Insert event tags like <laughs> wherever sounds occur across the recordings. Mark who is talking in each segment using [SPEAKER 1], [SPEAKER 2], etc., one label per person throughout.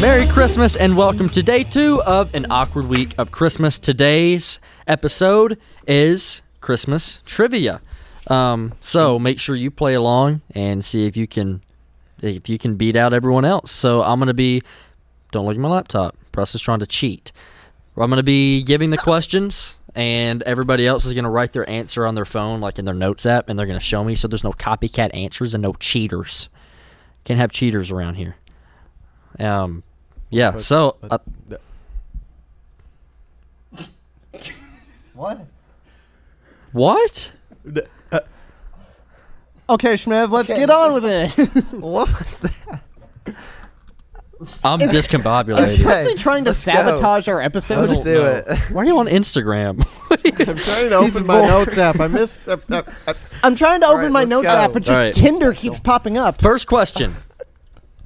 [SPEAKER 1] Merry Christmas and welcome to day two of an awkward week of Christmas. Today's episode is Christmas trivia. Um, so make sure you play along and see if you can if you can beat out everyone else. So I'm gonna be don't look at my laptop. Press is trying to cheat. I'm gonna be giving the questions and everybody else is gonna write their answer on their phone, like in their notes app, and they're gonna show me so there's no copycat answers and no cheaters. Can't have cheaters around here. Um, yeah. so uh,
[SPEAKER 2] What?
[SPEAKER 1] what?
[SPEAKER 3] Okay, Shmev, let's get on with <laughs> it.
[SPEAKER 2] What was that?
[SPEAKER 1] I'm discombobulated.
[SPEAKER 3] <laughs>
[SPEAKER 2] Okay.
[SPEAKER 3] Honestly, trying to
[SPEAKER 2] let's go.
[SPEAKER 3] sabotage our episode.
[SPEAKER 2] Let's do it.
[SPEAKER 1] Why are you on Instagram? What are you-
[SPEAKER 2] I'm trying
[SPEAKER 3] <laughs>
[SPEAKER 2] to open my notes app. I missed. I, I, I,
[SPEAKER 3] I'm trying to open
[SPEAKER 2] right,
[SPEAKER 3] my
[SPEAKER 2] let's
[SPEAKER 3] notes
[SPEAKER 2] go.
[SPEAKER 3] app, but
[SPEAKER 1] All
[SPEAKER 3] just
[SPEAKER 1] right.
[SPEAKER 3] Tinder keeps popping up.
[SPEAKER 1] First question: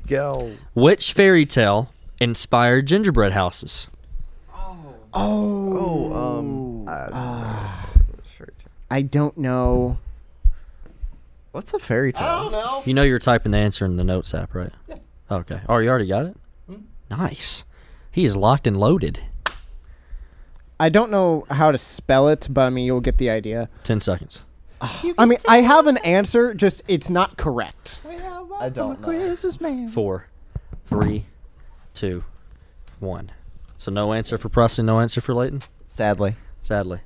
[SPEAKER 2] go.
[SPEAKER 1] Which fairy tale inspired gingerbread houses?
[SPEAKER 2] Oh, um. I- Sure.
[SPEAKER 3] I don't know.
[SPEAKER 2] What's a fairy tale? I don't know.
[SPEAKER 1] You know you're typing the answer in the notes app, right? Yeah. Okay. Oh, you already got it. Nice. He is locked and loaded.
[SPEAKER 3] I don't know how to spell it, but I mean, you'll get the idea.
[SPEAKER 1] Ten seconds.
[SPEAKER 3] I mean, I have an answer, just it's not correct.
[SPEAKER 2] I don't know.
[SPEAKER 1] Four, three, two, one. So no answer for Preston. No answer for Leighton.
[SPEAKER 2] Sadly.
[SPEAKER 1] Sadly.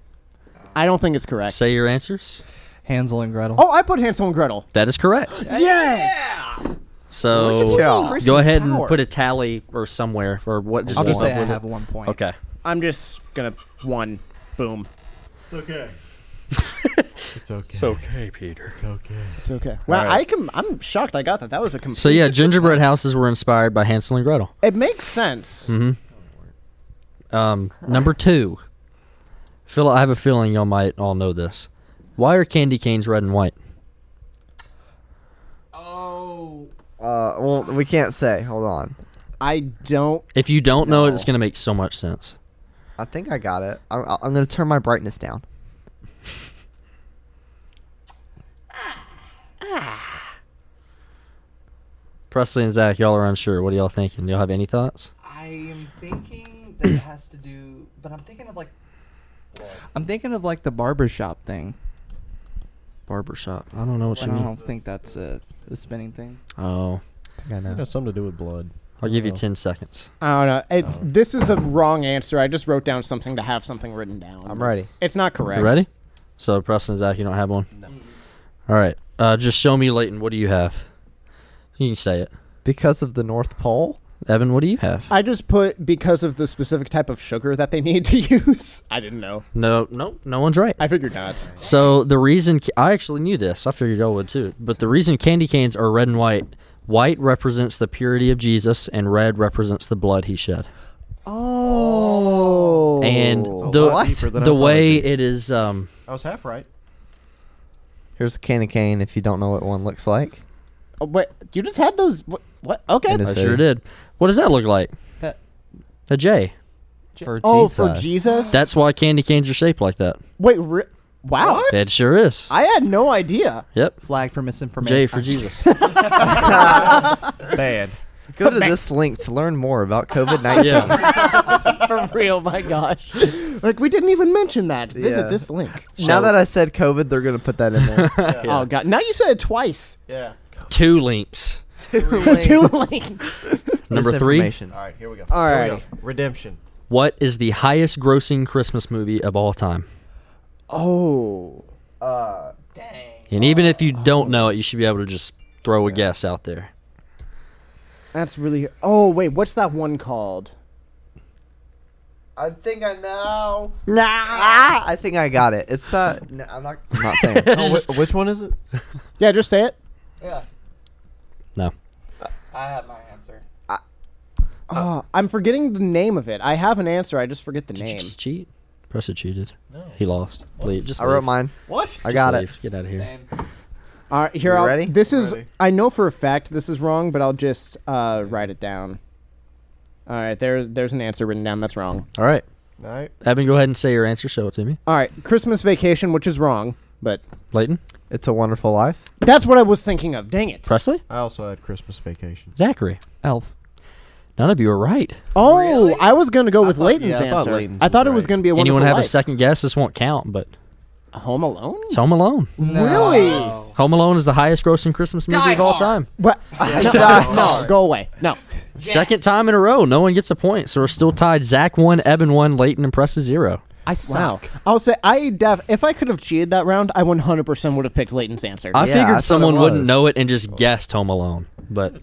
[SPEAKER 3] I don't think it's correct.
[SPEAKER 1] Say your answers.
[SPEAKER 4] Hansel and Gretel.
[SPEAKER 3] oh, I put Hansel and Gretel.
[SPEAKER 1] That is correct.
[SPEAKER 3] Yes!
[SPEAKER 1] So
[SPEAKER 2] Yeah.
[SPEAKER 1] go ahead and put a tally or somewhere or what. Just
[SPEAKER 4] I'll just
[SPEAKER 1] one.
[SPEAKER 4] say I have one point.
[SPEAKER 1] Okay.
[SPEAKER 3] I'm just gonna one. Boom.
[SPEAKER 4] It's okay.
[SPEAKER 1] okay, Peter.
[SPEAKER 3] It's okay. Wow,
[SPEAKER 1] All right.
[SPEAKER 3] I can, I'm shocked I got that. That was a complete.
[SPEAKER 1] So yeah, gingerbread houses were inspired by Hansel and Gretel.
[SPEAKER 3] It makes sense.
[SPEAKER 1] Mm-hmm. Um, number two, Phil, I have a feeling y'all might all know this. Why are candy canes red and white?
[SPEAKER 2] Uh, well, we can't say. Hold on.
[SPEAKER 3] I don't.
[SPEAKER 1] If you don't know it, it's gonna make so much sense.
[SPEAKER 2] I think I got it. I'm, I'm gonna turn my brightness down.
[SPEAKER 1] Presley and Zach, y'all are unsure. What are y'all thinking? Y'all have any thoughts?
[SPEAKER 5] I am thinking that it has to do, but I'm thinking of like
[SPEAKER 4] I'm thinking of like the barbershop thing.
[SPEAKER 1] Barbershop. I don't know what
[SPEAKER 4] I
[SPEAKER 1] you
[SPEAKER 4] don't,
[SPEAKER 1] mean.
[SPEAKER 4] think that's a, the spinning thing.
[SPEAKER 1] Oh,
[SPEAKER 2] I know.
[SPEAKER 6] It has something to do with blood.
[SPEAKER 1] I'll give you ten seconds.
[SPEAKER 3] I don't know. It, This is a wrong answer. I just wrote down something to have something written down.
[SPEAKER 2] I'm ready.
[SPEAKER 3] It's not correct.
[SPEAKER 1] You ready? So Preston and Zach, you don't have one. No. All right. Uh, just show me, Leighton. What do you have? You can say it.
[SPEAKER 2] Because of the North Pole.
[SPEAKER 1] Evan, what do you have?
[SPEAKER 3] I just put because of the specific type of sugar that they <laughs> need to use. I didn't know.
[SPEAKER 1] No, no, no one's right.
[SPEAKER 3] I figured not.
[SPEAKER 1] So the reason I actually knew this, I figured y'all would too. But the reason candy canes are red and white, white represents the purity of Jesus, and red represents the blood he shed.
[SPEAKER 3] Oh.
[SPEAKER 1] And the
[SPEAKER 2] lot deeper
[SPEAKER 6] than I
[SPEAKER 1] the
[SPEAKER 6] thought
[SPEAKER 1] way
[SPEAKER 6] it'd
[SPEAKER 1] it is, um,
[SPEAKER 6] I was half right.
[SPEAKER 2] Here's a candy cane. If you don't know what one looks like,
[SPEAKER 3] Oh, wait, you just had those. What? what? Okay.
[SPEAKER 2] It is-
[SPEAKER 1] I
[SPEAKER 2] Say.
[SPEAKER 1] sure did. What does that look like?
[SPEAKER 4] That-
[SPEAKER 1] A J.
[SPEAKER 2] for
[SPEAKER 3] Oh, for Jesus.
[SPEAKER 1] That's why candy canes are shaped like that.
[SPEAKER 3] wait. Re- wow.
[SPEAKER 1] That sure is.
[SPEAKER 3] I had no idea.
[SPEAKER 1] Yep.
[SPEAKER 4] Flag for misinformation.
[SPEAKER 1] J for Jesus.
[SPEAKER 6] Bad.
[SPEAKER 2] Go to this link to learn more about COVID nineteen.
[SPEAKER 1] Yeah.
[SPEAKER 3] <laughs> For real, my gosh. <laughs> like we didn't even mention that. Visit
[SPEAKER 2] Yeah.
[SPEAKER 3] this link.
[SPEAKER 2] Now that I said COVID, they're gonna put that
[SPEAKER 3] <laughs>
[SPEAKER 2] in there.
[SPEAKER 1] Yeah.
[SPEAKER 3] Oh God! Now you said it twice.
[SPEAKER 6] Yeah.
[SPEAKER 1] Two links.
[SPEAKER 3] <laughs> Two links.
[SPEAKER 1] Number three.
[SPEAKER 2] Misinformation.
[SPEAKER 6] All right, here we go.
[SPEAKER 3] All
[SPEAKER 6] Here we
[SPEAKER 3] right.
[SPEAKER 6] go. Redemption.
[SPEAKER 1] What is the highest grossing Christmas movie of all time?
[SPEAKER 3] Oh.
[SPEAKER 1] And even if you don't know it, you should be able to just throw a guess out there.
[SPEAKER 3] That's really. Oh wait, what's that one called?
[SPEAKER 2] I think I know. Nah. I think I got it. It's the. No, I'm not. I'm not saying. it.
[SPEAKER 6] Oh,
[SPEAKER 2] <laughs>
[SPEAKER 6] whi- which one is it?
[SPEAKER 3] Yeah, just say it.
[SPEAKER 5] Yeah,
[SPEAKER 1] No.
[SPEAKER 5] I have my answer.
[SPEAKER 3] Oh, I'm forgetting the name of it. I have an answer. I just forget the
[SPEAKER 1] Did you
[SPEAKER 3] name.
[SPEAKER 1] just cheat? Preston cheated.
[SPEAKER 6] No.
[SPEAKER 1] He lost. Leave. Just
[SPEAKER 2] I wrote
[SPEAKER 1] leave.
[SPEAKER 2] mine.
[SPEAKER 6] What?
[SPEAKER 2] I got
[SPEAKER 1] Just
[SPEAKER 2] it.
[SPEAKER 1] leave. Get out of here.
[SPEAKER 5] Same.
[SPEAKER 3] All right, here.
[SPEAKER 2] You
[SPEAKER 3] I'll,
[SPEAKER 2] ready?
[SPEAKER 3] This is.
[SPEAKER 6] Ready.
[SPEAKER 3] I know for a fact this is wrong, but I'll just uh, write it down. All right, there's there's an answer written down. That's wrong.
[SPEAKER 1] All right.
[SPEAKER 6] All right.
[SPEAKER 1] Evan, go ahead and say your answer. Show it to me.
[SPEAKER 3] All right, Christmas vacation, which is wrong, but
[SPEAKER 1] Layton?
[SPEAKER 2] It's a Wonderful Life.
[SPEAKER 3] that's what I was thinking of. Dang it!
[SPEAKER 1] Presley?
[SPEAKER 6] I also had Christmas vacation.
[SPEAKER 1] Zachary?
[SPEAKER 4] Elf.
[SPEAKER 1] None of you are right.
[SPEAKER 3] oh, I was gonna go with
[SPEAKER 6] thought-
[SPEAKER 3] Leighton's
[SPEAKER 6] yeah, I thought
[SPEAKER 3] answer.
[SPEAKER 6] Leighton's
[SPEAKER 3] I thought it
[SPEAKER 6] was
[SPEAKER 3] was
[SPEAKER 6] right.
[SPEAKER 3] gonna be a
[SPEAKER 1] Anyone
[SPEAKER 3] Wonderful
[SPEAKER 1] have a
[SPEAKER 3] Life.
[SPEAKER 1] second guess? This won't count, but
[SPEAKER 3] Home Alone.
[SPEAKER 1] it's Home Alone.
[SPEAKER 3] Really?
[SPEAKER 1] Home Alone is the highest grossing Christmas movie of all time.
[SPEAKER 6] <laughs>
[SPEAKER 3] What? no, no, go away. No.
[SPEAKER 1] Second time in a row. No one gets a point, so we're still tied. Zach one, Evan one, Leighton and Preston zero.
[SPEAKER 3] I suck. I'll say I def. If I could have cheated that round, I 100% would have picked Leighton's answer.
[SPEAKER 1] I
[SPEAKER 2] Yeah, I thought
[SPEAKER 1] figured
[SPEAKER 2] it
[SPEAKER 1] someone wouldn't
[SPEAKER 2] was.
[SPEAKER 1] know it and just guessed Home Alone, but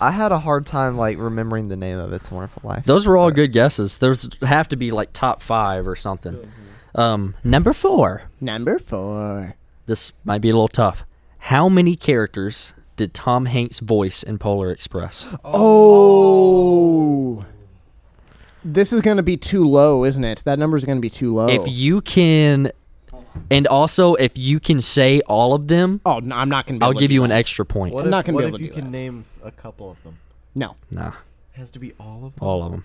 [SPEAKER 2] I had a hard time like remembering the name of It's a Wonderful Life.
[SPEAKER 1] those were all good guesses. There's have to be like top five or something. Um, number four.
[SPEAKER 3] Number four.
[SPEAKER 1] This might be a little tough. How many characters did Tom Hanks voice in Polar Express?
[SPEAKER 3] Oh. This is going to be too low, isn't it? That number's going to be too low.
[SPEAKER 1] If you can, and also if you can say all of them,
[SPEAKER 3] oh, no, I'm not going to be
[SPEAKER 1] I'll
[SPEAKER 3] able to
[SPEAKER 1] give
[SPEAKER 3] do
[SPEAKER 1] you an
[SPEAKER 3] that.
[SPEAKER 1] extra point.
[SPEAKER 6] What
[SPEAKER 3] I'm
[SPEAKER 6] if,
[SPEAKER 3] not gonna
[SPEAKER 6] what
[SPEAKER 3] be
[SPEAKER 6] if
[SPEAKER 3] able to
[SPEAKER 6] you
[SPEAKER 3] do
[SPEAKER 6] can
[SPEAKER 3] that.
[SPEAKER 6] name a couple of them?
[SPEAKER 3] No.
[SPEAKER 1] Nah,
[SPEAKER 6] has to be all of them.
[SPEAKER 1] all of them.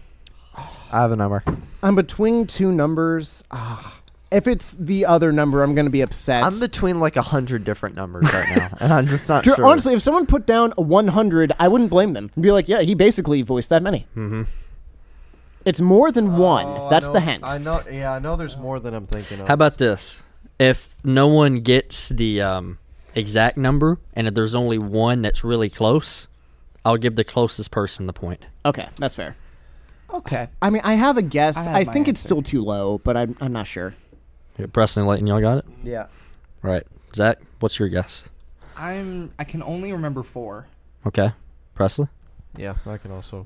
[SPEAKER 2] I have a number.
[SPEAKER 3] I'm between two numbers. Ah. If it's the other number, I'm going to be upset.
[SPEAKER 2] I'm between like a hundred different numbers right now, and I'm just not
[SPEAKER 3] Dr-
[SPEAKER 2] sure.
[SPEAKER 3] Honestly, if someone put down a 100, I wouldn't blame them. I'd be like, yeah, he basically voiced that many. Mm-hmm. It's more than
[SPEAKER 4] Oh,
[SPEAKER 3] one. That's the hint.
[SPEAKER 6] Oh, I know. Yeah, I know. There's more than I'm thinking of.
[SPEAKER 1] How about this? If no one gets the um, exact number, and if there's only one that's really close, I'll give the closest person the point.
[SPEAKER 3] Okay, that's fair.
[SPEAKER 4] Okay.
[SPEAKER 3] I mean, I have a guess.
[SPEAKER 4] have
[SPEAKER 3] I,
[SPEAKER 4] my
[SPEAKER 3] think it's
[SPEAKER 4] answer.
[SPEAKER 3] still too low, but I'm, I'm not sure.
[SPEAKER 1] Here, Preston and Leighton, y'all got it?
[SPEAKER 2] yeah.
[SPEAKER 1] All right. Zach, what's your guess?
[SPEAKER 4] I'm. I can only remember four.
[SPEAKER 1] Okay. Presley?
[SPEAKER 6] Yeah, I can also.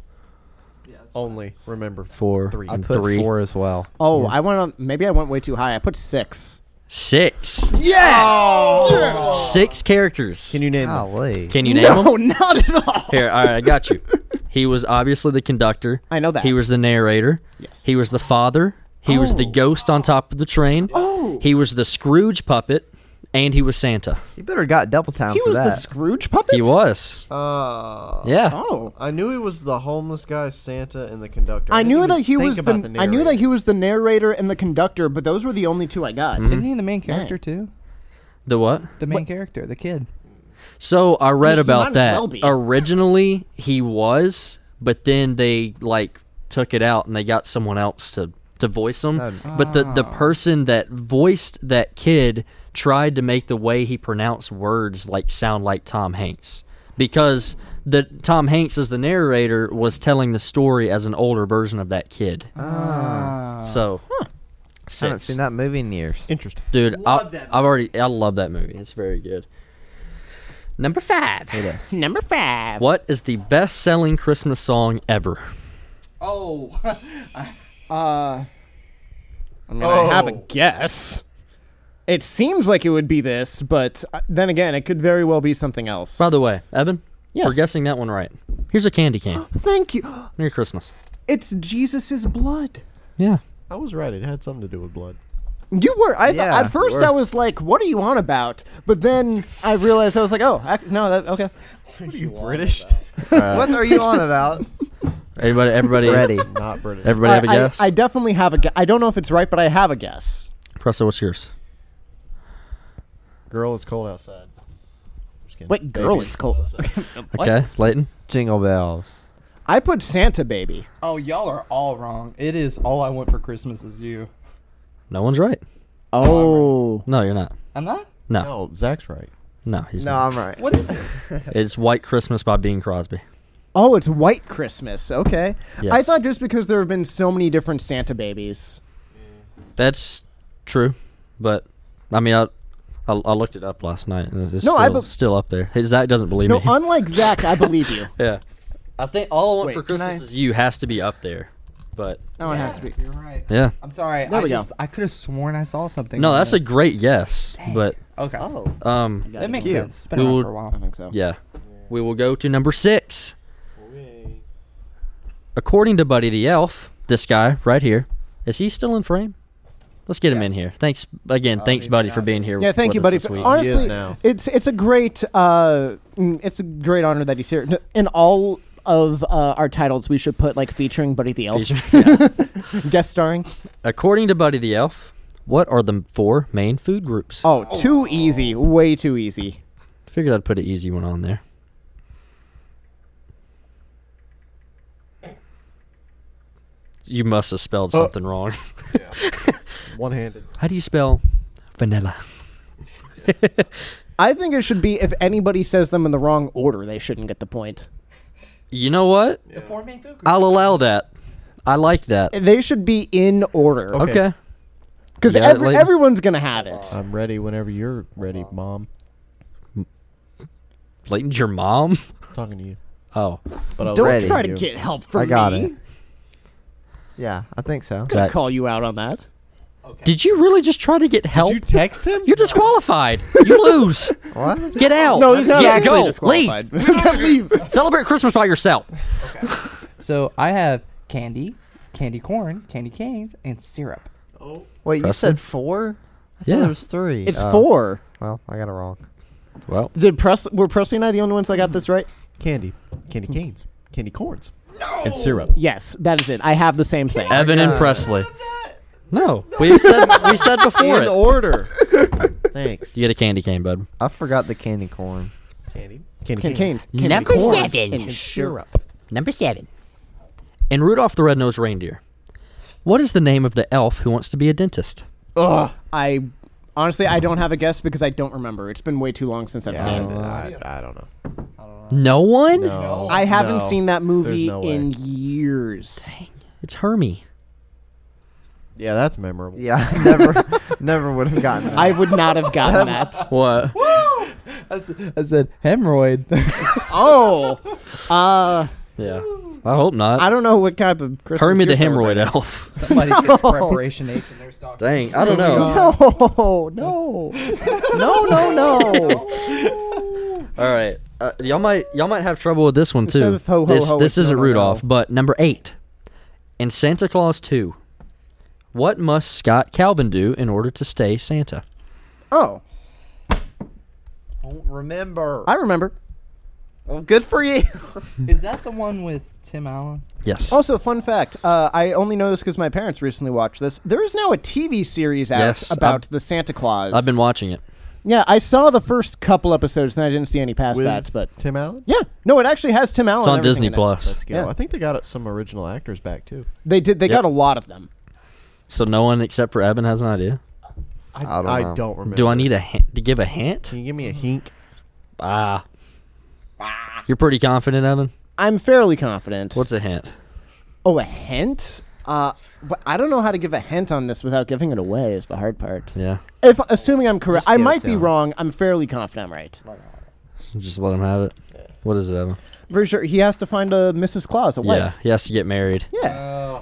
[SPEAKER 6] only remember
[SPEAKER 1] Four
[SPEAKER 6] Three.
[SPEAKER 2] I
[SPEAKER 1] and
[SPEAKER 2] put
[SPEAKER 1] three.
[SPEAKER 2] four as well.
[SPEAKER 3] Oh, I went on. Maybe I went way too high. I put six.
[SPEAKER 1] Six.
[SPEAKER 3] Yes. <laughs>
[SPEAKER 1] Six characters.
[SPEAKER 6] Can you name them?
[SPEAKER 2] Golly.
[SPEAKER 1] Can you name them?
[SPEAKER 3] No, not at all.
[SPEAKER 1] Here, all right, I got you. He was obviously the conductor.
[SPEAKER 3] I know that.
[SPEAKER 1] He was the narrator.
[SPEAKER 3] Yes.
[SPEAKER 1] He was the father. He was the
[SPEAKER 3] Oh.
[SPEAKER 1] ghost on top of the train. Oh. He was the Scrooge puppet, and he was Santa.
[SPEAKER 2] you better got double time
[SPEAKER 3] He
[SPEAKER 2] for
[SPEAKER 3] was
[SPEAKER 2] that.
[SPEAKER 3] the Scrooge puppet.
[SPEAKER 1] He was.
[SPEAKER 6] Uh,
[SPEAKER 1] Yeah.
[SPEAKER 3] Oh.
[SPEAKER 6] I knew he was the homeless guy, Santa, and the conductor.
[SPEAKER 3] I
[SPEAKER 6] didn't
[SPEAKER 3] knew
[SPEAKER 6] even
[SPEAKER 3] that he
[SPEAKER 6] think
[SPEAKER 3] was the,
[SPEAKER 6] about
[SPEAKER 3] I knew that
[SPEAKER 6] narrator.
[SPEAKER 3] he was the narrator Mm-hmm. and the conductor, but those were the only two I got.
[SPEAKER 4] Isn't he the main character too?
[SPEAKER 1] The what?
[SPEAKER 4] The main character, the kid.
[SPEAKER 1] So I read
[SPEAKER 3] He might
[SPEAKER 1] about
[SPEAKER 3] as
[SPEAKER 1] that.
[SPEAKER 3] well be.
[SPEAKER 1] Originally, he was, but then they like took it out and they got someone else to to voice him. But the
[SPEAKER 2] Ah.
[SPEAKER 1] the person that voiced that kid tried to make the way he pronounced words like sound like Tom Hanks because the Tom Hanks as the narrator was telling the story as an older version of that kid. So.
[SPEAKER 2] Ah. I haven't seen that movie in years.
[SPEAKER 6] Interesting.
[SPEAKER 1] Dude, I, I've already. I love that movie. It's very good. Number five.
[SPEAKER 3] <laughs> Number five.
[SPEAKER 1] What is the best-selling Christmas song ever?
[SPEAKER 5] Oh,
[SPEAKER 3] <laughs>
[SPEAKER 4] Uh.
[SPEAKER 3] I mean, I have a guess. It seems like it would be this, but uh, then again, it could very well be something else.
[SPEAKER 1] By the way, Evan, for
[SPEAKER 3] Yes.
[SPEAKER 1] guessing that one right, here's a candy cane. <gasps>
[SPEAKER 3] Thank you.
[SPEAKER 1] Merry Christmas.
[SPEAKER 3] It's Jesus' blood.
[SPEAKER 1] Yeah.
[SPEAKER 6] I was right. It had something to do with blood.
[SPEAKER 3] You were. I
[SPEAKER 2] Yeah,
[SPEAKER 3] thought at first
[SPEAKER 2] you were.
[SPEAKER 3] I was like, "What are you on about?" But then I realized I was like, "Oh, ac no, that okay."
[SPEAKER 6] What are you British?
[SPEAKER 2] what are you on about?
[SPEAKER 1] Everybody, everybody,
[SPEAKER 2] Ready.
[SPEAKER 3] <laughs>
[SPEAKER 6] Not British.
[SPEAKER 1] Everybody have a
[SPEAKER 3] I, I-
[SPEAKER 1] guess.
[SPEAKER 3] I, definitely have a guess. I don't know if it's right, but I have a guess.
[SPEAKER 1] Presto, what's yours?
[SPEAKER 6] Girl, it's cold outside. Just kidding.
[SPEAKER 3] Wait, girl, it's cold.
[SPEAKER 1] Okay, Layton.
[SPEAKER 2] Jingle bells.
[SPEAKER 3] I put Santa baby.
[SPEAKER 4] Oh, y'all are all wrong. It is all I want for Christmas is you.
[SPEAKER 1] No one's right.
[SPEAKER 3] Oh,
[SPEAKER 1] No, you're not.
[SPEAKER 4] I'm not.
[SPEAKER 1] No,
[SPEAKER 6] <laughs> No, Zach's right.
[SPEAKER 1] no, he's
[SPEAKER 2] No,
[SPEAKER 1] not.
[SPEAKER 2] I'm right.
[SPEAKER 4] What is it?
[SPEAKER 1] It's White Christmas by Bing Crosby.
[SPEAKER 3] <laughs> oh, it's White Christmas. Okay, I
[SPEAKER 1] Yes.
[SPEAKER 3] thought just because there have been so many different Santa babies.
[SPEAKER 1] That's true, but I mean, I I, I looked it up last night. And it's
[SPEAKER 3] No,
[SPEAKER 1] still,
[SPEAKER 3] I be-
[SPEAKER 1] still up there. Hey, Zach doesn't believe
[SPEAKER 3] No,
[SPEAKER 1] <laughs> me.
[SPEAKER 3] unlike Zach, I believe you.
[SPEAKER 1] yeah, I think all I want
[SPEAKER 3] Wait,
[SPEAKER 1] for
[SPEAKER 3] can
[SPEAKER 1] Christmas
[SPEAKER 3] I-
[SPEAKER 1] is you has to be up there. But
[SPEAKER 3] That one has to be.
[SPEAKER 5] You're right.
[SPEAKER 1] yeah,
[SPEAKER 5] I'm sorry.
[SPEAKER 3] There
[SPEAKER 5] I
[SPEAKER 3] we go.
[SPEAKER 5] just I could have sworn I saw something.
[SPEAKER 1] no,
[SPEAKER 5] on
[SPEAKER 1] that's a
[SPEAKER 5] this.
[SPEAKER 1] great yes. But
[SPEAKER 5] Okay.
[SPEAKER 2] Oh.
[SPEAKER 1] um,
[SPEAKER 5] That makes
[SPEAKER 2] Cute.
[SPEAKER 5] sense. It's been
[SPEAKER 1] We
[SPEAKER 5] around
[SPEAKER 1] will-
[SPEAKER 5] for a
[SPEAKER 3] I
[SPEAKER 5] while.
[SPEAKER 3] think so.
[SPEAKER 1] yeah, we will go to number six. According to Buddy the Elf, this guy right here, is he still in frame? Let's get him in here. Thanks again, thanks Buddy for being here.
[SPEAKER 3] Yeah, thank
[SPEAKER 1] with
[SPEAKER 3] you,
[SPEAKER 1] us
[SPEAKER 3] buddy.
[SPEAKER 1] this
[SPEAKER 3] For-
[SPEAKER 1] week.
[SPEAKER 3] honestly,
[SPEAKER 6] now.
[SPEAKER 3] it's it's a great uh, mm, it's a great honor that he's here. N- In all of uh, our titles, we should put like featuring Buddy the Elf, <laughs> guest starring.
[SPEAKER 1] According to Buddy the Elf, what are the four main food groups?
[SPEAKER 3] Oh, too easy, way too easy.
[SPEAKER 1] Figured I'd put an easy one on there. You must have spelled something wrong. <laughs>
[SPEAKER 6] One-handed.
[SPEAKER 1] How do you spell vanilla?
[SPEAKER 3] I think it should be if anybody says them in the wrong order, they shouldn't get the point.
[SPEAKER 1] You know what?
[SPEAKER 5] The four main food groups.
[SPEAKER 1] I'll allow that. I like that.
[SPEAKER 3] They should be in order
[SPEAKER 1] Okay.
[SPEAKER 6] Okay.
[SPEAKER 3] because
[SPEAKER 1] Yeah, like-
[SPEAKER 3] everyone's gonna have it.
[SPEAKER 6] I'm ready whenever you're ready, mom.
[SPEAKER 1] Layton's your mom?
[SPEAKER 6] I'm talking to you.
[SPEAKER 1] Oh.
[SPEAKER 6] But I
[SPEAKER 3] Don't
[SPEAKER 2] ready.
[SPEAKER 3] try to
[SPEAKER 6] you.
[SPEAKER 3] get help from
[SPEAKER 2] I got
[SPEAKER 3] me.
[SPEAKER 2] it. Yeah, I think so.
[SPEAKER 3] Gonna
[SPEAKER 1] Zach.
[SPEAKER 3] call you out on that.
[SPEAKER 1] Did you really just try to get help?
[SPEAKER 6] Did you text him?
[SPEAKER 1] You're disqualified. you lose.
[SPEAKER 2] What?
[SPEAKER 1] Get out.
[SPEAKER 3] No, he's not
[SPEAKER 1] Get,
[SPEAKER 3] actually
[SPEAKER 1] go.
[SPEAKER 3] disqualified.
[SPEAKER 1] Leave. Celebrate Christmas by yourself.
[SPEAKER 5] So I have candy, candy corn, candy canes, and syrup.
[SPEAKER 2] Wait, you
[SPEAKER 1] Preston?
[SPEAKER 2] said four? I thought
[SPEAKER 1] Yeah.
[SPEAKER 2] There was three.
[SPEAKER 3] It's
[SPEAKER 2] Oh,
[SPEAKER 3] four.
[SPEAKER 2] Well, I got it wrong.
[SPEAKER 1] Well,
[SPEAKER 3] Did Press were Presley and I the only ones that got this right?
[SPEAKER 6] Candy. Candy canes. Candy corns. No. And syrup.
[SPEAKER 3] Yes, that is it. I have the same thing.
[SPEAKER 1] Evan and Presley. No, we said we said before
[SPEAKER 6] In
[SPEAKER 1] it.
[SPEAKER 6] order. Thanks.
[SPEAKER 1] You get a candy cane, bud.
[SPEAKER 2] I forgot the candy corn.
[SPEAKER 6] Candy. Candy
[SPEAKER 3] Can-
[SPEAKER 6] canes.
[SPEAKER 3] canes, candy
[SPEAKER 1] Number
[SPEAKER 3] corns,
[SPEAKER 1] seven.
[SPEAKER 3] and syrup.
[SPEAKER 1] Number seven. In Rudolph the Red-Nosed Reindeer, what is the name of the elf who wants to be a dentist?
[SPEAKER 3] Ugh, I honestly I don't have a guess because I don't remember. It's been way too long since I've seen it.
[SPEAKER 6] I, I don't know.
[SPEAKER 1] No one?
[SPEAKER 6] No.
[SPEAKER 3] I haven't
[SPEAKER 6] No.
[SPEAKER 3] seen that movie
[SPEAKER 6] no way.
[SPEAKER 3] in years.
[SPEAKER 1] It's Hermie.
[SPEAKER 6] Yeah, that's memorable.
[SPEAKER 2] Yeah, <laughs> I never, never would have gotten that.
[SPEAKER 3] I would not
[SPEAKER 1] <laughs>
[SPEAKER 3] have gotten that.
[SPEAKER 1] What?
[SPEAKER 5] I s- I said hemorrhoid.
[SPEAKER 3] Oh, uh,
[SPEAKER 1] Yeah. I hope
[SPEAKER 3] I
[SPEAKER 1] not.
[SPEAKER 3] don't know what type of Christmas.
[SPEAKER 1] Hermie the
[SPEAKER 3] you're
[SPEAKER 1] hemorrhoid elf.
[SPEAKER 5] Somebody gets preparation H in their stock.
[SPEAKER 1] Dang, I don't know.
[SPEAKER 3] celebrating. <laughs> No, no, no, no, no.
[SPEAKER 1] All right, uh, y'all might y'all might have trouble with this one too.
[SPEAKER 3] Instead of ho, ho,
[SPEAKER 1] this
[SPEAKER 3] ho,
[SPEAKER 1] this
[SPEAKER 3] it's
[SPEAKER 1] isn't
[SPEAKER 3] no, no,
[SPEAKER 1] Rudolph,
[SPEAKER 3] no.
[SPEAKER 1] but number eight in Santa Claus Two. What must Scott Calvin do in order to stay Santa?
[SPEAKER 3] Oh,
[SPEAKER 2] don't remember.
[SPEAKER 3] I remember.
[SPEAKER 2] Well, good for you.
[SPEAKER 5] Is that the one with Tim Allen?
[SPEAKER 1] Yes.
[SPEAKER 3] Also, fun fact: uh, I only know this because my parents recently watched this. There is now a TV series out
[SPEAKER 1] Yes,
[SPEAKER 3] about
[SPEAKER 1] I've-
[SPEAKER 3] the Santa Claus.
[SPEAKER 1] I've been watching it.
[SPEAKER 3] Yeah, I saw the first couple episodes, and I didn't see any past that. But
[SPEAKER 6] Tim Allen.
[SPEAKER 3] yeah, no, it actually has Tim Allen.
[SPEAKER 1] It's on
[SPEAKER 3] and everything
[SPEAKER 1] Disney
[SPEAKER 3] in it.
[SPEAKER 1] Plus,
[SPEAKER 6] Let's go.
[SPEAKER 3] Yeah.
[SPEAKER 6] I think they got some original actors back too.
[SPEAKER 3] They did. They
[SPEAKER 1] Yep.
[SPEAKER 3] got a lot of them.
[SPEAKER 1] so no one except for Evan has an idea.
[SPEAKER 6] I,
[SPEAKER 2] don't
[SPEAKER 6] I
[SPEAKER 2] know.
[SPEAKER 6] don't remember.
[SPEAKER 1] Do I need a hint? to give a hint?
[SPEAKER 6] Can you give me a hint?
[SPEAKER 1] Ah. You're pretty confident, Evan.
[SPEAKER 3] I'm fairly confident.
[SPEAKER 1] What's a hint?
[SPEAKER 3] oh a hint? Uh, but I don't know how to give a hint on this without giving it away. Is the hard part.
[SPEAKER 1] Yeah,
[SPEAKER 3] If assuming I'm correct, I
[SPEAKER 2] give it
[SPEAKER 3] might
[SPEAKER 2] to
[SPEAKER 3] be
[SPEAKER 2] him.
[SPEAKER 3] wrong. I'm fairly confident I'm right.
[SPEAKER 1] just let him have it. What is it, Evan?
[SPEAKER 3] For sure, he has to find a Mrs. Claus, a
[SPEAKER 1] Yeah,
[SPEAKER 3] wife.
[SPEAKER 1] he has to get married.
[SPEAKER 3] Yeah.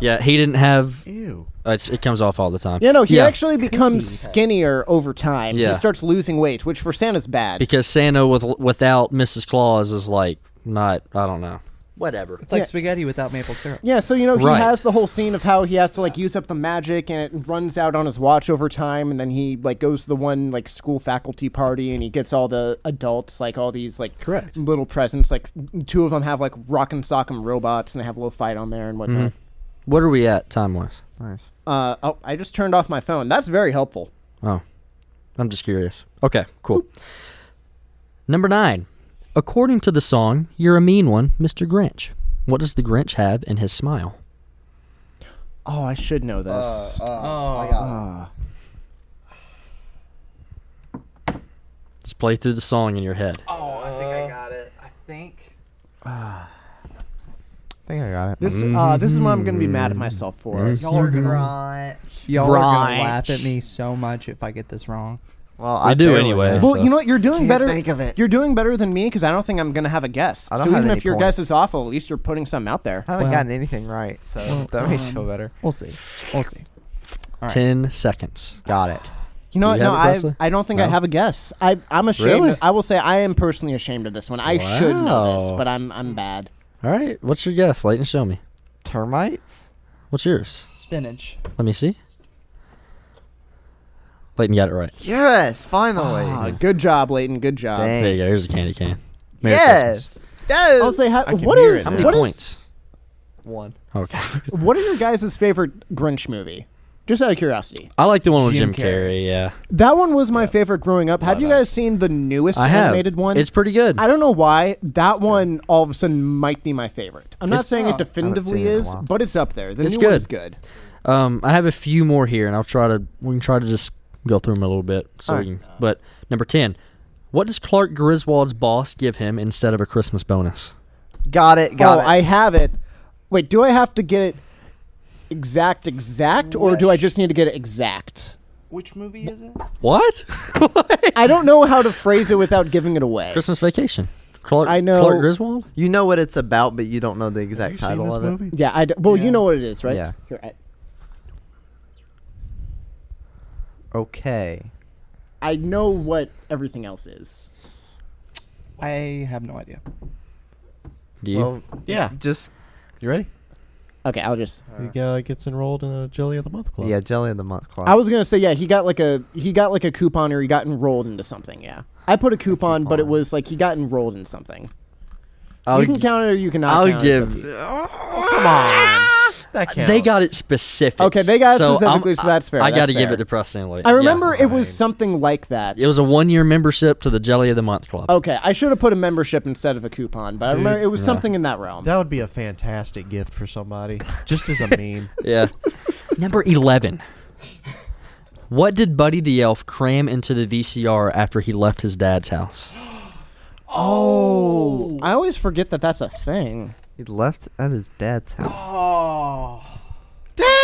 [SPEAKER 1] Yeah, he didn't have.
[SPEAKER 6] Ew.
[SPEAKER 1] Uh, it's, it comes off all the time.
[SPEAKER 3] Yeah, no, he
[SPEAKER 1] yeah.
[SPEAKER 3] actually becomes skinnier over time.
[SPEAKER 1] Yeah.
[SPEAKER 3] He starts losing weight, which for Santa's bad.
[SPEAKER 1] because Santa with without Mrs. Claus is like not I don't know. Whatever.
[SPEAKER 5] It's like
[SPEAKER 3] Yeah.
[SPEAKER 5] spaghetti without maple syrup.
[SPEAKER 3] yeah, so you know he
[SPEAKER 1] Right.
[SPEAKER 3] has the whole scene of how he has to like use up the magic and it runs out on his watch over time and then he like goes to the one like school faculty party and he gets all the adults like all these like
[SPEAKER 6] Correct.
[SPEAKER 3] little presents like two of them have like rock and sock 'em robots and they have a little fight on there and whatnot.
[SPEAKER 1] What are we at time wise?
[SPEAKER 2] Nice.
[SPEAKER 3] Uh, oh, I just turned off my phone. That's very helpful.
[SPEAKER 1] Oh. I'm just curious. Okay, cool. Number nine. According to the song, You're a Mean One, Mr. Grinch. What does the Grinch have in his smile?
[SPEAKER 3] Oh, I should know this.
[SPEAKER 2] Uh,
[SPEAKER 1] Just play through the song in your head.
[SPEAKER 5] Oh, I think I got it. I
[SPEAKER 2] <sighs>
[SPEAKER 5] think.
[SPEAKER 2] I think I got it.
[SPEAKER 3] this uh, this is what I'm gonna be
[SPEAKER 2] Mm-hmm.
[SPEAKER 3] mad at myself for.
[SPEAKER 5] Y'all are gonna, y'all are gonna laugh at me so much if I get this wrong.
[SPEAKER 2] Well,
[SPEAKER 1] I do
[SPEAKER 2] barely
[SPEAKER 1] anyway.
[SPEAKER 2] know.
[SPEAKER 3] Well,
[SPEAKER 1] So-
[SPEAKER 3] you know what? You're doing
[SPEAKER 7] Can't
[SPEAKER 3] better.
[SPEAKER 7] think of it.
[SPEAKER 3] You're doing better than me because I don't think I'm gonna have a guess.
[SPEAKER 2] I don't
[SPEAKER 3] so
[SPEAKER 2] have
[SPEAKER 3] even
[SPEAKER 2] any
[SPEAKER 3] if your
[SPEAKER 2] points.
[SPEAKER 3] guess is awful, at least you're putting something out there.
[SPEAKER 2] I haven't
[SPEAKER 5] Well-
[SPEAKER 2] gotten anything right, so
[SPEAKER 5] um, Well,
[SPEAKER 2] that makes you
[SPEAKER 5] um,
[SPEAKER 2] feel better.
[SPEAKER 5] We'll see. We'll see. right.
[SPEAKER 1] Ten seconds.
[SPEAKER 2] Got it.
[SPEAKER 3] You know
[SPEAKER 1] Do
[SPEAKER 3] what?
[SPEAKER 1] you
[SPEAKER 3] No,
[SPEAKER 1] have a
[SPEAKER 3] I,
[SPEAKER 1] guess, Lee?
[SPEAKER 3] I don't think I
[SPEAKER 1] No?
[SPEAKER 3] have a guess. I I'm ashamed.
[SPEAKER 1] Really?
[SPEAKER 3] I will say I am personally ashamed of this one. I should know this,
[SPEAKER 1] Wow.
[SPEAKER 3] but I'm I'm bad.
[SPEAKER 1] All right. What's your guess, Leighton? Show me.
[SPEAKER 2] Termites?
[SPEAKER 1] What's yours?
[SPEAKER 5] Spinach.
[SPEAKER 1] Let me see. Leighton got it right.
[SPEAKER 2] Yes, finally.
[SPEAKER 3] Uh, good job, Leighton. Good job.
[SPEAKER 2] Dang.
[SPEAKER 1] There you go. Here's a candy cane. Merry Christmas.
[SPEAKER 2] yes.
[SPEAKER 3] I will
[SPEAKER 2] Yes.
[SPEAKER 3] say, how,
[SPEAKER 5] I can
[SPEAKER 3] what
[SPEAKER 5] hear
[SPEAKER 3] is
[SPEAKER 5] it
[SPEAKER 1] How many
[SPEAKER 3] what is-
[SPEAKER 1] points?
[SPEAKER 2] One.
[SPEAKER 1] Okay. <laughs>
[SPEAKER 3] what are your guys' favorite Grinch movie? Just out of curiosity,
[SPEAKER 1] I like the one with Jim,
[SPEAKER 5] Jim
[SPEAKER 1] Carrey. Yeah,
[SPEAKER 3] that one was my favorite growing up. Have you guys seen the newest
[SPEAKER 1] I have.
[SPEAKER 3] animated one?
[SPEAKER 1] It's pretty good.
[SPEAKER 3] I don't know why that one all of a sudden might be my favorite. I'm not saying it definitively
[SPEAKER 2] it in a
[SPEAKER 3] is,
[SPEAKER 2] while.
[SPEAKER 3] but it's up there. The
[SPEAKER 1] It's
[SPEAKER 3] new
[SPEAKER 1] good.
[SPEAKER 3] one is good.
[SPEAKER 1] Um, I have a few more here, and I'll try to we can try to just go through them a little bit. So we can, but number ten, what does Clark Griswold's boss give him instead of a Christmas bonus?
[SPEAKER 2] Got it. Got
[SPEAKER 3] oh,
[SPEAKER 2] it.
[SPEAKER 3] I have it. Wait, do I have to get it exact, exact, or do I just need to get it exact?
[SPEAKER 5] Which movie is it?
[SPEAKER 1] What? <laughs> What?
[SPEAKER 3] I don't know how to phrase it without giving it away.
[SPEAKER 1] Christmas Vacation. Clark.
[SPEAKER 3] I know-
[SPEAKER 1] Clark Griswold.
[SPEAKER 2] you know what it's about, but you don't know the exact
[SPEAKER 4] you seen
[SPEAKER 2] title
[SPEAKER 4] this
[SPEAKER 2] of
[SPEAKER 4] movie?
[SPEAKER 3] Yeah, I d- well, you know what it is, right?
[SPEAKER 2] Yeah.
[SPEAKER 3] Here, I,
[SPEAKER 2] it. Okay.
[SPEAKER 3] I know what everything else is.
[SPEAKER 5] I have no idea.
[SPEAKER 1] Do you?
[SPEAKER 2] Well,
[SPEAKER 4] Yeah.
[SPEAKER 2] just
[SPEAKER 6] You ready?
[SPEAKER 3] Okay, I'll just.
[SPEAKER 6] The guy gets enrolled in the Jelly of the Month Club.
[SPEAKER 2] yeah, Jelly of the Month Club.
[SPEAKER 3] I was gonna say yeah. He got like a he got like a coupon or he got enrolled into something. Yeah, I put a coupon, but it was like he got enrolled in something.
[SPEAKER 1] I'll,
[SPEAKER 3] you can count it or you cannot.
[SPEAKER 1] I'll
[SPEAKER 3] count it. It's up to
[SPEAKER 1] give.
[SPEAKER 3] you.
[SPEAKER 1] come on.
[SPEAKER 6] that counts.
[SPEAKER 1] They got it specific.
[SPEAKER 3] Okay, they got it
[SPEAKER 1] I'm-
[SPEAKER 3] specifically, so that's fair,
[SPEAKER 1] I got to
[SPEAKER 3] that's
[SPEAKER 1] give
[SPEAKER 3] fair.
[SPEAKER 1] it to Preston. and Leighton.
[SPEAKER 3] I remember
[SPEAKER 1] Yeah.
[SPEAKER 3] it was something like that.
[SPEAKER 1] It was a one-year membership to the Jelly of the Month Club.
[SPEAKER 3] okay. I should have put a membership instead of a coupon, but I remember
[SPEAKER 6] Dude,
[SPEAKER 3] it was something in that realm.
[SPEAKER 6] That would be a fantastic gift for somebody, just as a meme.
[SPEAKER 1] Yeah. <laughs> Number 11. What did Buddy the Elf cram into the VCR after he left his dad's house?
[SPEAKER 3] oh, I always forget that that's a thing.
[SPEAKER 2] he left at his dad's house.
[SPEAKER 5] Oh,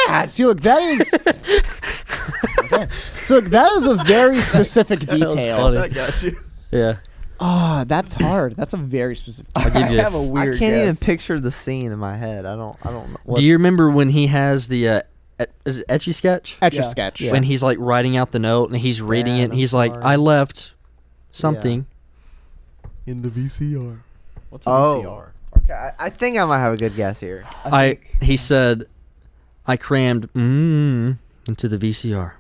[SPEAKER 3] Dad, see, look, that is. Okay. So look, that is a very specific detail.
[SPEAKER 1] Funny.
[SPEAKER 2] <laughs>
[SPEAKER 1] Yeah.
[SPEAKER 3] Ah, that's hard. That's a very specific.
[SPEAKER 1] I'll
[SPEAKER 3] <laughs>
[SPEAKER 1] give you
[SPEAKER 5] I
[SPEAKER 1] a-
[SPEAKER 5] have a
[SPEAKER 2] I
[SPEAKER 5] weird.
[SPEAKER 2] can't even
[SPEAKER 5] guess.
[SPEAKER 2] picture the scene in my head. I don't. I don't know. What,
[SPEAKER 1] Do you remember when he has the uh, et- is it etchy sketch?
[SPEAKER 3] Etch a sketch.
[SPEAKER 1] When he's like writing out the note and he's reading
[SPEAKER 2] Dad,
[SPEAKER 1] it and he's
[SPEAKER 2] I'm
[SPEAKER 1] like,
[SPEAKER 2] sorry.
[SPEAKER 1] I left something.
[SPEAKER 4] In the VCR.
[SPEAKER 6] What's a
[SPEAKER 2] Oh.
[SPEAKER 6] VCR?
[SPEAKER 2] okay, I, I think I might have a good guess here.
[SPEAKER 1] I he said I crammed mm into the VCR.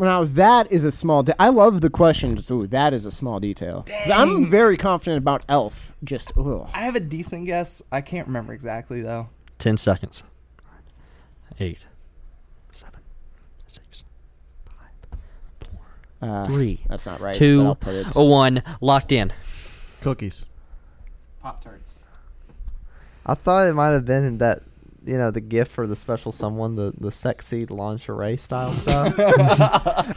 [SPEAKER 3] Now that is a small. De- I love the question. Just, ooh, that is a small detail. 'Cause I'm very confident about Elf. Just ooh.
[SPEAKER 5] I have a decent guess. I can't remember exactly though.
[SPEAKER 1] 10 seconds. 8 7 6
[SPEAKER 3] Uh,
[SPEAKER 1] 3
[SPEAKER 3] That's not right.
[SPEAKER 1] Two,
[SPEAKER 3] but I'll put it.
[SPEAKER 1] a one, locked in.
[SPEAKER 6] Cookies.
[SPEAKER 5] Pop tarts.
[SPEAKER 2] I thought it might have been in that, you know, the gift for the special someone, the the sexy lingerie style
[SPEAKER 5] <laughs>
[SPEAKER 2] stuff.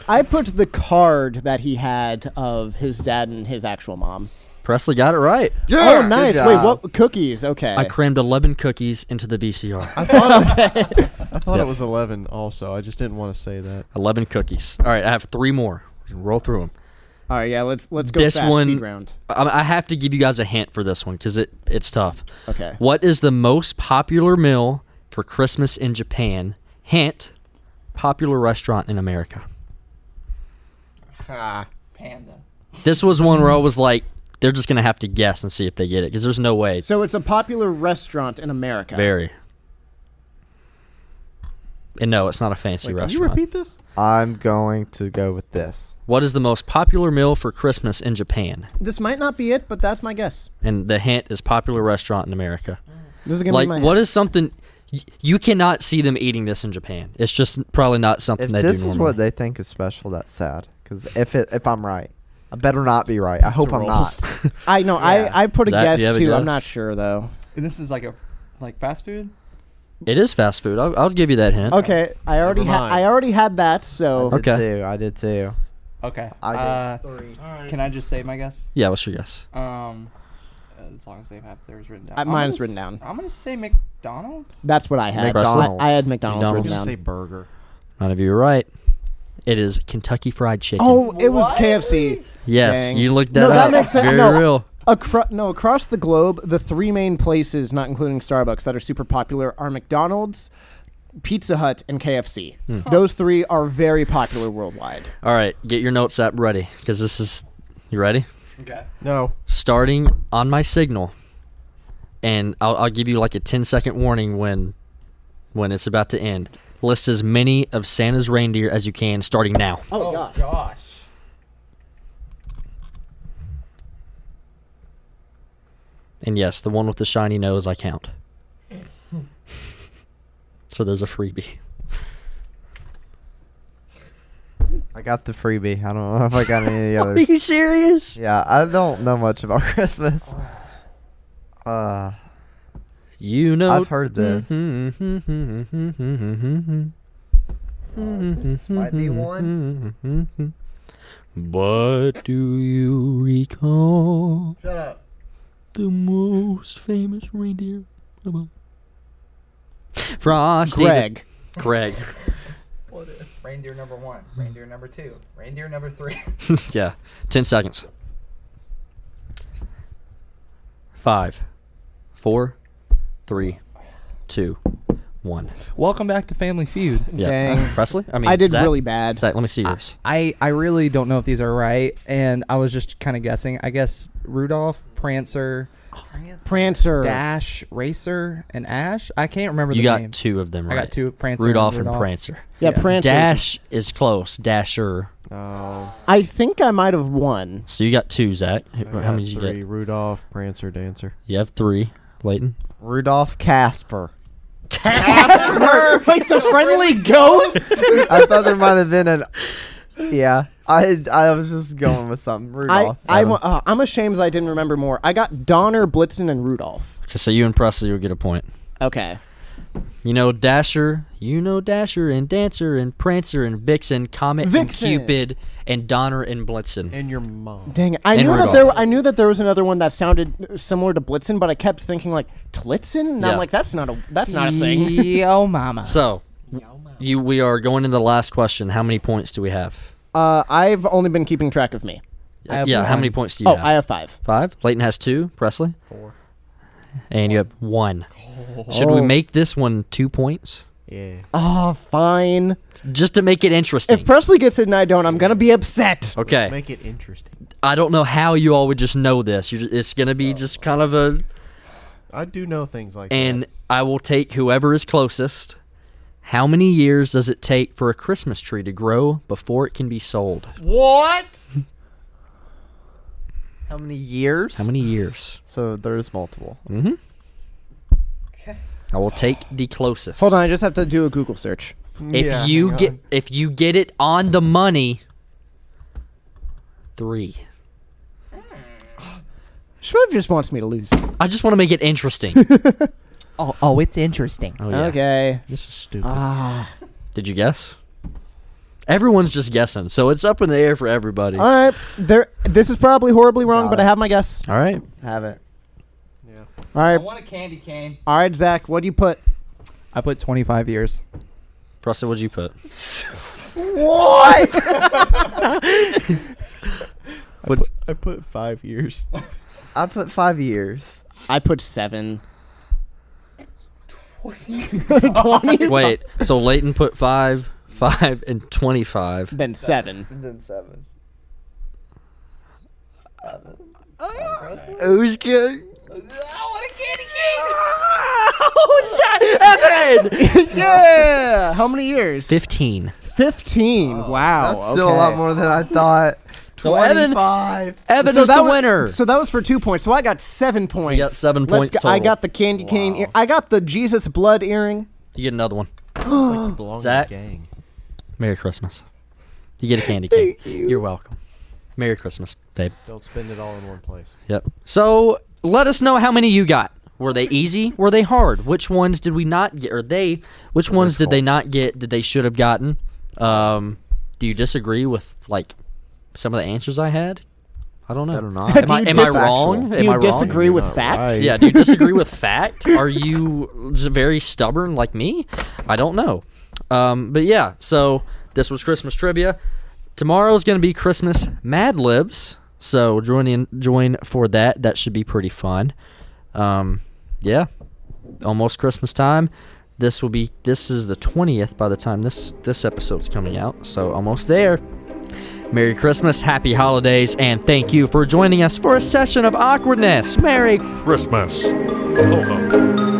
[SPEAKER 3] I put the card that he had of his dad and his actual mom.
[SPEAKER 1] Presley got it right.
[SPEAKER 3] oh, nice.
[SPEAKER 2] good
[SPEAKER 3] Wait,
[SPEAKER 2] job.
[SPEAKER 3] what cookies? Okay.
[SPEAKER 1] I crammed 11 cookies into the VCR.
[SPEAKER 6] I thought I thought
[SPEAKER 1] Yeah.
[SPEAKER 6] it was eleven. Also, I just didn't want to say that.
[SPEAKER 1] 11 cookies. All right, I have three more. Roll through them.
[SPEAKER 3] All right. Yeah. Let's let's go
[SPEAKER 1] This
[SPEAKER 3] fast
[SPEAKER 1] one-
[SPEAKER 3] speed round.
[SPEAKER 1] I I have to give you guys a hint for this one because it, it's tough.
[SPEAKER 3] Okay.
[SPEAKER 1] What is the most popular meal for Christmas in Japan? Hint popular restaurant in America.
[SPEAKER 5] Panda.
[SPEAKER 1] This was one where I was like, they're just going to have to guess and see if they get it because there's no way.
[SPEAKER 3] So it's a popular restaurant in America.
[SPEAKER 1] Very. And no, it's not a fancy
[SPEAKER 6] Wait, can you
[SPEAKER 1] restaurant.
[SPEAKER 6] repeat this?
[SPEAKER 2] I'm going to go with this.
[SPEAKER 1] What is the most popular meal for Christmas in Japan?
[SPEAKER 3] This might not be it, but that's my guess.
[SPEAKER 1] And the hint is popular restaurant in America.
[SPEAKER 3] This is gonna
[SPEAKER 1] Like,
[SPEAKER 3] be my.
[SPEAKER 1] what is something y- you cannot see them eating this in Japan? It's just probably not something
[SPEAKER 2] If
[SPEAKER 1] they
[SPEAKER 2] this
[SPEAKER 1] do
[SPEAKER 2] is
[SPEAKER 1] normally.
[SPEAKER 2] what they think is special, that's sad. Because if it, if I'm right, I better not be right. <laughs> I hope I'm not.
[SPEAKER 1] <laughs>
[SPEAKER 3] I know. I I put a
[SPEAKER 1] Zach, do
[SPEAKER 3] guess
[SPEAKER 1] you have a
[SPEAKER 3] too.
[SPEAKER 1] guess?
[SPEAKER 3] I'm not sure though.
[SPEAKER 5] And this is like a like fast food.
[SPEAKER 1] it is fast food. I'll, I'll give you that hint.
[SPEAKER 3] Okay. I already
[SPEAKER 6] Never
[SPEAKER 3] had.
[SPEAKER 6] mind.
[SPEAKER 3] I already had that. So.
[SPEAKER 2] I did
[SPEAKER 1] Okay.
[SPEAKER 2] too. I did too.
[SPEAKER 5] Okay.
[SPEAKER 2] I did
[SPEAKER 5] uh,
[SPEAKER 2] three.
[SPEAKER 5] Can I just say my guess?
[SPEAKER 1] Yeah, what's your guess?
[SPEAKER 5] Um, as long as they have theirs written down.
[SPEAKER 3] Uh,
[SPEAKER 5] I'm
[SPEAKER 3] mine's
[SPEAKER 5] gonna
[SPEAKER 3] written down.
[SPEAKER 5] s- I'm gonna say McDonald's.
[SPEAKER 3] That's what I had. I,
[SPEAKER 2] McDonald's.
[SPEAKER 3] I had McDonald's,
[SPEAKER 1] McDonald's.
[SPEAKER 6] Just
[SPEAKER 3] written
[SPEAKER 6] say
[SPEAKER 3] down.
[SPEAKER 6] burger.
[SPEAKER 1] None of you are right. It is Kentucky Fried Chicken.
[SPEAKER 3] Oh, it was KFC.
[SPEAKER 1] yes,
[SPEAKER 3] dang.
[SPEAKER 1] you looked that
[SPEAKER 3] No, that
[SPEAKER 1] up.
[SPEAKER 3] makes sense.
[SPEAKER 1] Very
[SPEAKER 3] No.
[SPEAKER 1] real.
[SPEAKER 3] Acro- no, across the globe, the three main places, not including Starbucks, that are super popular are McDonald's, Pizza Hut, and KFC. Those three are very popular worldwide.
[SPEAKER 1] All right, get your notes app ready because this is. You ready?
[SPEAKER 6] No.
[SPEAKER 1] Starting on my signal, and I'll, I'll give you like a 10 second warning when, when it's about to end. List as many of Santa's reindeer as you can, starting now.
[SPEAKER 3] Oh, gosh.
[SPEAKER 5] Gosh.
[SPEAKER 1] And yes, the one with the shiny nose I count. <laughs> so there's a freebie.
[SPEAKER 2] I got the freebie. I don't know if I got
[SPEAKER 1] <laughs>
[SPEAKER 2] any of the others.
[SPEAKER 1] serious?
[SPEAKER 2] Yeah, I don't know much about <laughs> Christmas. Uh,
[SPEAKER 1] You know. Mm-hmm,
[SPEAKER 2] I've heard this. this might
[SPEAKER 1] mm-hmm,
[SPEAKER 2] be one.
[SPEAKER 1] But mm-hmm. do you recall
[SPEAKER 3] Shut up.
[SPEAKER 1] the most famous reindeer of all? Frosty. the-
[SPEAKER 3] Greg.
[SPEAKER 1] Greg. <laughs>
[SPEAKER 4] Reindeer number one, reindeer number two, reindeer number three. <laughs>
[SPEAKER 1] yeah. 10 seconds. Five, four, three, two, one.
[SPEAKER 5] Welcome back to Family Feud.
[SPEAKER 1] Yeah.
[SPEAKER 3] Dang.
[SPEAKER 1] <laughs> Presley? I mean,
[SPEAKER 3] I did
[SPEAKER 1] Zach?
[SPEAKER 3] really bad.
[SPEAKER 1] Zach, let me see yours.
[SPEAKER 5] I, I really don't know if these are right, and I was just kind of guessing. I guess Rudolph, Prancer,
[SPEAKER 3] Prancer.
[SPEAKER 5] Dash, Racer, and Ash. I can't remember
[SPEAKER 1] you
[SPEAKER 5] the
[SPEAKER 1] got
[SPEAKER 5] names.
[SPEAKER 1] two of them,
[SPEAKER 5] I
[SPEAKER 1] right?
[SPEAKER 5] got two, Prancer and
[SPEAKER 1] Rudolph and
[SPEAKER 5] Rudolph.
[SPEAKER 1] Prancer.
[SPEAKER 3] Yeah,
[SPEAKER 6] Yeah.
[SPEAKER 3] Prancer.
[SPEAKER 1] Dash is close. Dasher.
[SPEAKER 2] um,
[SPEAKER 3] I think I might have won.
[SPEAKER 1] So you got two, Zach. How
[SPEAKER 6] I got
[SPEAKER 1] many did you
[SPEAKER 6] three.
[SPEAKER 1] get?
[SPEAKER 6] Rudolph, Prancer, Dancer.
[SPEAKER 1] You have three. Layton.
[SPEAKER 2] Rudolph Casper.
[SPEAKER 3] Like the
[SPEAKER 4] <laughs>
[SPEAKER 3] friendly ghost?
[SPEAKER 2] I thought there might have been an. Yeah, I I was just going with something.
[SPEAKER 3] I,
[SPEAKER 2] Rudolph. Um,
[SPEAKER 3] I,
[SPEAKER 2] Adam.
[SPEAKER 3] wa- uh, I'm ashamed that I didn't remember more. I got Donner, Blitzen, and Rudolph.
[SPEAKER 1] Okay, so you and Presley will get a point.
[SPEAKER 3] Okay.
[SPEAKER 1] You know Dasher. You know Dasher and Dancer and Prancer and Vixen, Comet
[SPEAKER 3] Vixen.
[SPEAKER 1] and Cupid and Donner and Blitzen.
[SPEAKER 6] And your mom.
[SPEAKER 3] Dang it! I
[SPEAKER 1] And
[SPEAKER 3] knew that
[SPEAKER 1] Rudolph.
[SPEAKER 3] there. I knew that there was another one that sounded similar to Blitzen, but I kept thinking like Tlitzen, and
[SPEAKER 1] Yeah.
[SPEAKER 3] I'm like, that's not a that's not a thing.
[SPEAKER 5] <laughs> Yo, mama.
[SPEAKER 1] So you we are going into the last question. How many points do we have?
[SPEAKER 3] Uh, I've only been keeping track of me.
[SPEAKER 5] I have
[SPEAKER 1] yeah, how
[SPEAKER 5] one.
[SPEAKER 1] many points do you
[SPEAKER 3] Oh,
[SPEAKER 1] have?
[SPEAKER 3] I have five.
[SPEAKER 1] Five. Leighton has two. Presley. Four. And you have one. Should we make this one two points?
[SPEAKER 6] Yeah.
[SPEAKER 3] Oh, fine.
[SPEAKER 1] Just to make it interesting.
[SPEAKER 3] If Presley gets it and I don't, I'm gonna be upset.
[SPEAKER 1] okay.
[SPEAKER 6] Make it interesting.
[SPEAKER 1] I don't know how you all would just know this. You're, it's going to be just kind of a.
[SPEAKER 6] I do know things like
[SPEAKER 1] And I will take whoever is closest. How many years does it take for a Christmas tree to grow before it can be sold?
[SPEAKER 6] that. What?
[SPEAKER 2] <laughs> How many years?
[SPEAKER 1] How many years?
[SPEAKER 2] So there's multiple.
[SPEAKER 1] I will take the closest.
[SPEAKER 3] Hold on, I just have to do a Google search.
[SPEAKER 1] If
[SPEAKER 6] Yeah,
[SPEAKER 1] you
[SPEAKER 6] hang
[SPEAKER 1] get
[SPEAKER 6] on.
[SPEAKER 1] if you get it on the money, three.
[SPEAKER 3] Shmuv just wants me to lose.
[SPEAKER 1] I just want to make it interesting.
[SPEAKER 5] Oh, oh, it's interesting.
[SPEAKER 1] Oh, yeah.
[SPEAKER 3] Okay.
[SPEAKER 6] This is stupid.
[SPEAKER 1] Ah. Did you guess? Everyone's just guessing, so it's up in the air for everybody.
[SPEAKER 3] All right. There. This is probably horribly wrong, but I have my guess.
[SPEAKER 1] All right.
[SPEAKER 2] Have it.
[SPEAKER 3] All right.
[SPEAKER 5] a candy cane.
[SPEAKER 3] All right, Zach. What do you put?
[SPEAKER 5] I put 25 years.
[SPEAKER 1] Preston, what'd you put?
[SPEAKER 2] What?
[SPEAKER 6] I put
[SPEAKER 1] <laughs>
[SPEAKER 6] five years.
[SPEAKER 2] I put five years.
[SPEAKER 3] I put seven.
[SPEAKER 1] Wait, so Leighton put five, five, and twenty-five.
[SPEAKER 3] Then seven.
[SPEAKER 2] Then seven.
[SPEAKER 1] Oh, Who's good?
[SPEAKER 3] yeah. How many years?
[SPEAKER 1] Fifteen.
[SPEAKER 3] Fifteen. wow.
[SPEAKER 2] That's still a lot
[SPEAKER 3] okay.
[SPEAKER 2] more than I thought.
[SPEAKER 1] So Evan,
[SPEAKER 2] Twenty-five.
[SPEAKER 1] Evan
[SPEAKER 3] so
[SPEAKER 1] is
[SPEAKER 3] that
[SPEAKER 1] the
[SPEAKER 3] was,
[SPEAKER 1] winner.
[SPEAKER 3] So that was for two points. So I got seven points.
[SPEAKER 1] got seven points
[SPEAKER 3] go- I
[SPEAKER 1] total.
[SPEAKER 3] got the candy cane. Ear- I got the Jesus blood earring.
[SPEAKER 1] you get another one.
[SPEAKER 6] Belong in
[SPEAKER 1] Zach?
[SPEAKER 6] the gang.
[SPEAKER 1] Merry Christmas. You get a candy cane. you. are welcome. Merry Christmas, babe.
[SPEAKER 6] Don't spend it all in one place.
[SPEAKER 1] Yep. So let us know how many you got. Were they easy? Were they hard? Which ones did we not get? Or they? Which ones did they not get that they should have gotten? Um, do you disagree with like some of the answers I had? I don't know.
[SPEAKER 2] Better not.
[SPEAKER 1] Am I,
[SPEAKER 3] <laughs> Do you
[SPEAKER 1] am I
[SPEAKER 3] dis-
[SPEAKER 1] wrong?
[SPEAKER 3] Do
[SPEAKER 1] am
[SPEAKER 3] you
[SPEAKER 1] I wrong?
[SPEAKER 3] disagree with fact?
[SPEAKER 6] right.
[SPEAKER 1] Yeah. Do you disagree with fact? Are you s- very stubborn like me? I don't know. Um, but yeah. So This was Christmas trivia. Tomorrow's going to be Christmas Mad Libs, so join in, join for that. That should be pretty fun. Um, yeah, almost Christmas time. This will be this is the twentieth by the time this this episode's coming out, so almost there. Merry Christmas, Happy Holidays, and thank you for joining us for a session of awkwardness. Merry
[SPEAKER 7] Christmas. Hold on.